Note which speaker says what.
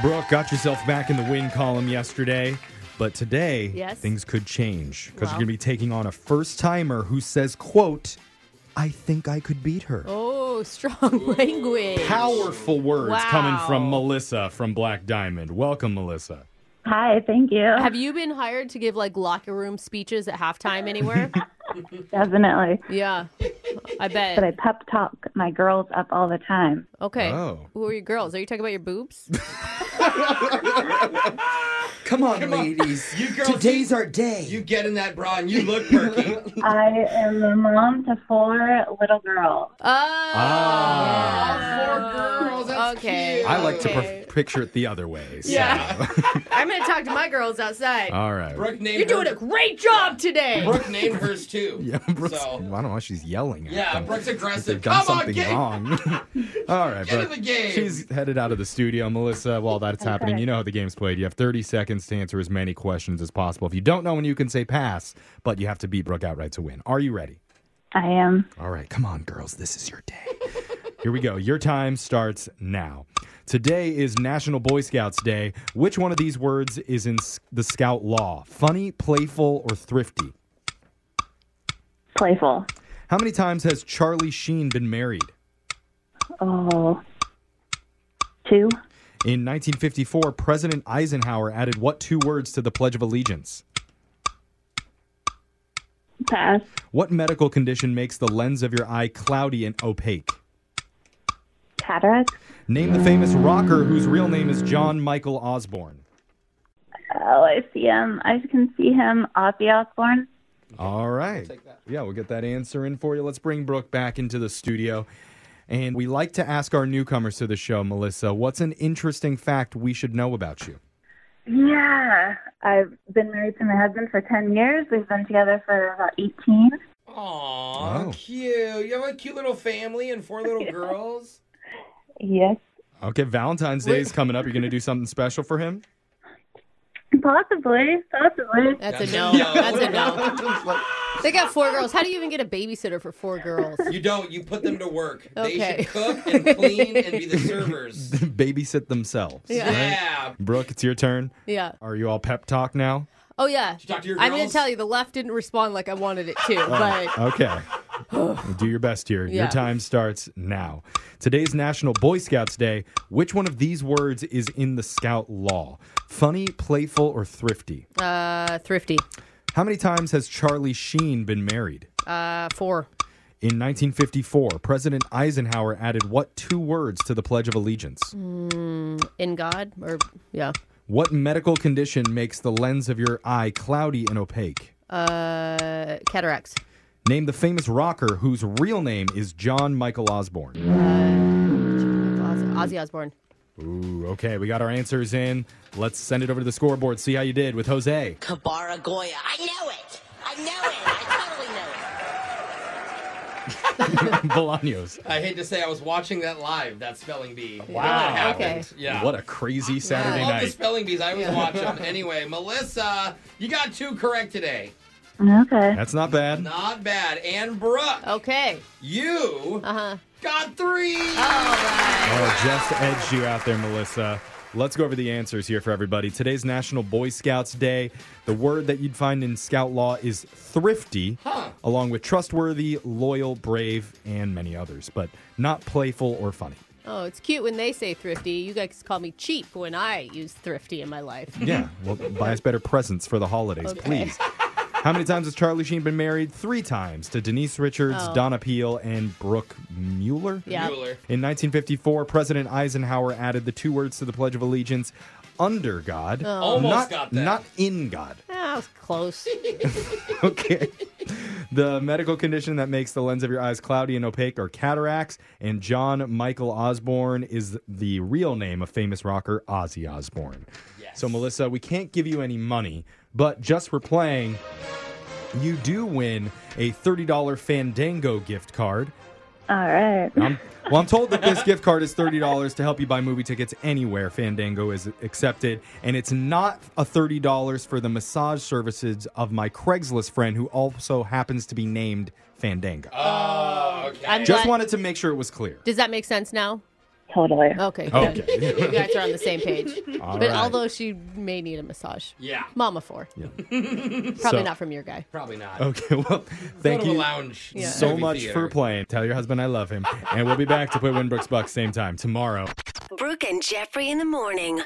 Speaker 1: Brooke, got yourself back in the win column yesterday, but today
Speaker 2: Yes.
Speaker 1: things could change because
Speaker 2: Wow.
Speaker 1: you're going to be taking on a first timer who says, "quote I think I could beat her."
Speaker 2: Oh, strong language.
Speaker 1: Powerful words coming from
Speaker 2: Wow.
Speaker 1: Melissa from Black Diamond. Welcome, Melissa.
Speaker 3: Hi, thank you.
Speaker 2: Have you been hired to give like locker room speeches at halftime anywhere?
Speaker 3: Definitely.
Speaker 2: yeah, I
Speaker 3: But I
Speaker 2: bet.
Speaker 3: pep talk my girls up all the time.
Speaker 2: Okay.
Speaker 1: Oh.
Speaker 2: Who are your girls? Are you talking about your boobs? Oh.
Speaker 4: Come on, ladies.
Speaker 5: You girls,
Speaker 4: Today's our day.
Speaker 5: you get in that bra and you look perky.
Speaker 3: I am the mom to four little girls.
Speaker 2: Oh.
Speaker 5: All four girls, that's
Speaker 2: okay.
Speaker 5: cute.
Speaker 1: I like to
Speaker 2: Okay.
Speaker 1: per- picture it the other way. so-
Speaker 2: Yeah. I'm gonna talk to my girls outside.
Speaker 5: Ah.
Speaker 1: All right.
Speaker 5: Brooke named
Speaker 2: You're doing
Speaker 5: her,
Speaker 2: a great job today.
Speaker 5: Brooke named hers too.
Speaker 1: Yeah, Brooke's, I
Speaker 5: So
Speaker 1: don't know why she's yelling. At
Speaker 5: Yeah,
Speaker 1: them.
Speaker 5: Brooke's aggressive.
Speaker 1: They've done
Speaker 5: Come on,
Speaker 1: something
Speaker 5: get-
Speaker 1: wrong. All right,
Speaker 5: Get in
Speaker 1: Brooke.
Speaker 5: the game.
Speaker 1: She's headed out of the studio, Melissa. While that's happening, you know how the game's played. You have 30 seconds to answer as many questions as possible. If you don't know when you can say pass, but you have to beat Brooke outright to win. Are you ready?
Speaker 3: I am.
Speaker 1: All right, come on, girls. This is your day. Here we go. Your time starts now. Today is National Boy Scouts Day. Which one of these words is in s- the Scout law? Funny, playful, or thrifty?
Speaker 3: Playful.
Speaker 1: How many times has Charlie Sheen been married?
Speaker 3: Oh. Two.
Speaker 1: In 1954, President Eisenhower added what two words to the Pledge of Allegiance?
Speaker 3: Pass.
Speaker 1: What medical condition makes the lens of your eye cloudy and opaque?
Speaker 3: Cataract.
Speaker 1: Name the famous rocker whose real name is John Michael Osborne.
Speaker 3: Oh, I see him. I can see him. Ozzy Osbourne.
Speaker 1: All right. Yeah, we'll get that answer in for you. Let's bring Brooke back into the studio. And we like to ask our newcomers to the show, Melissa, what's an interesting fact we should know about you?
Speaker 3: Yeah. I've been married to my husband for 10 years. We've been together for about 18.
Speaker 5: Aw,
Speaker 1: Oh.
Speaker 5: cute. You have a cute little family and four little girls.
Speaker 3: Yes.
Speaker 1: Okay, Valentine's Day is coming up. You're going to do something special for him?
Speaker 3: Possibly. Possibly.
Speaker 2: That's a no. That's a no. They got four girls. How do you even get a babysitter for four girls?
Speaker 5: You don't. You put them to work. They
Speaker 2: Okay.
Speaker 5: should cook and clean and be the servers.
Speaker 1: Babysit themselves.
Speaker 2: Yeah.
Speaker 5: yeah.
Speaker 1: Brooke, it's your turn.
Speaker 2: Yeah.
Speaker 1: Are you all pep talk now?
Speaker 2: Oh yeah.
Speaker 5: you talk to your
Speaker 2: I'm gonna
Speaker 5: girls? Oh.
Speaker 2: tell you, the left didn't respond like I wanted it to, but
Speaker 1: Okay. Do your best here. Your
Speaker 2: Yeah.
Speaker 1: time starts now. Today's National Boy Scouts Day. Which one of these words is in the Scout law? Funny, playful, or thrifty?
Speaker 2: Uh, thrifty.
Speaker 1: How many times has Charlie Sheen been married?
Speaker 2: Uh, four.
Speaker 1: In 1954, President Eisenhower added what two words to the Pledge of Allegiance?
Speaker 2: In God, or yeah.
Speaker 1: What medical condition makes the lens of your eye cloudy and opaque?
Speaker 2: Uh, cataracts.
Speaker 1: Name the famous rocker whose real name is John Michael Osborne.
Speaker 2: Oz- Ozzy Osbourne.
Speaker 1: Ooh, okay, we got our answers in. Let's send it over to the scoreboard, see how you did with Jose.
Speaker 6: Kabara Goya. I know it. I know it. I totally know it.
Speaker 1: Bolaños.
Speaker 5: I hate to say, I was watching that live. That spelling bee.
Speaker 1: Wow.
Speaker 5: That happened.
Speaker 2: Okay.
Speaker 5: Yeah.
Speaker 1: What a crazy
Speaker 5: I
Speaker 1: Saturday
Speaker 5: love the
Speaker 1: night.
Speaker 5: spelling bees. I always watch them. Anyway, Melissa, you got two correct today.
Speaker 3: Okay.
Speaker 1: That's not bad.
Speaker 5: Not bad. And Brooke,
Speaker 2: Oh. Okay.
Speaker 5: you
Speaker 2: Uh huh.
Speaker 5: got three.
Speaker 2: Uh,
Speaker 1: Oh, just edged you out there, Melissa. Let's go over the answers here for everybody. Today's National Boy Scouts Day. The word that you'd find in Scout law is thrifty, along with trustworthy, loyal, brave, and many others, but not playful or funny.
Speaker 2: Oh, it's cute when they say thrifty. You guys call me cheap when I use thrifty in my life.
Speaker 1: Yeah, well, buy us better presents for the holidays, please. How many times has Charlie Sheen been married? Three times to Denise Richards,
Speaker 2: Oh.
Speaker 1: Donna Peel, and Brooke Mueller.
Speaker 2: Yeah.
Speaker 5: Bueller.
Speaker 1: In 1954, President Eisenhower added the two words to the Pledge of Allegiance under God.
Speaker 2: Oh.
Speaker 5: Almost
Speaker 1: not,
Speaker 5: got that.
Speaker 1: Not in God.
Speaker 2: Ah, was close.
Speaker 1: Okay. the medical condition that makes the lens of your eyes cloudy and opaque are cataracts. And John Michael Osborne is the real name of famous rocker Ozzy Osbourne.
Speaker 5: Yes.
Speaker 1: So, Melissa, we can't give you any money, but just for playing, you do win a $30 Fandango gift card.
Speaker 3: All right.
Speaker 1: I'm, well, I'm told that this gift card is thirty dollars to help you buy movie tickets anywhere Fandango is accepted, and it's not a thirty dollars for the massage services of my Craigslist friend who also happens to be named Fandango.
Speaker 5: Oh, okay.
Speaker 2: I'm
Speaker 1: Just
Speaker 2: glad-
Speaker 1: wanted to make sure it was clear.
Speaker 2: Does that make sense now?
Speaker 3: Totally.
Speaker 2: Okay. Good.
Speaker 1: Okay.
Speaker 2: You guys are on the same page.
Speaker 1: All
Speaker 2: but
Speaker 1: right.
Speaker 2: although she may need a massage.
Speaker 5: Yeah.
Speaker 2: Mama four.
Speaker 1: Yeah.
Speaker 2: Probably
Speaker 1: So-
Speaker 2: not from your guy.
Speaker 5: Probably not.
Speaker 1: Okay, well,
Speaker 5: Go
Speaker 1: Oh, thank
Speaker 5: to a
Speaker 1: you
Speaker 5: lounge.
Speaker 2: Yeah.
Speaker 1: so
Speaker 5: movie
Speaker 1: much
Speaker 5: theater.
Speaker 1: for playing. Tell your husband I love him. And we'll be back to play Winbrook's Bucks same time tomorrow.
Speaker 7: Brooke and Jeffrey in the morning.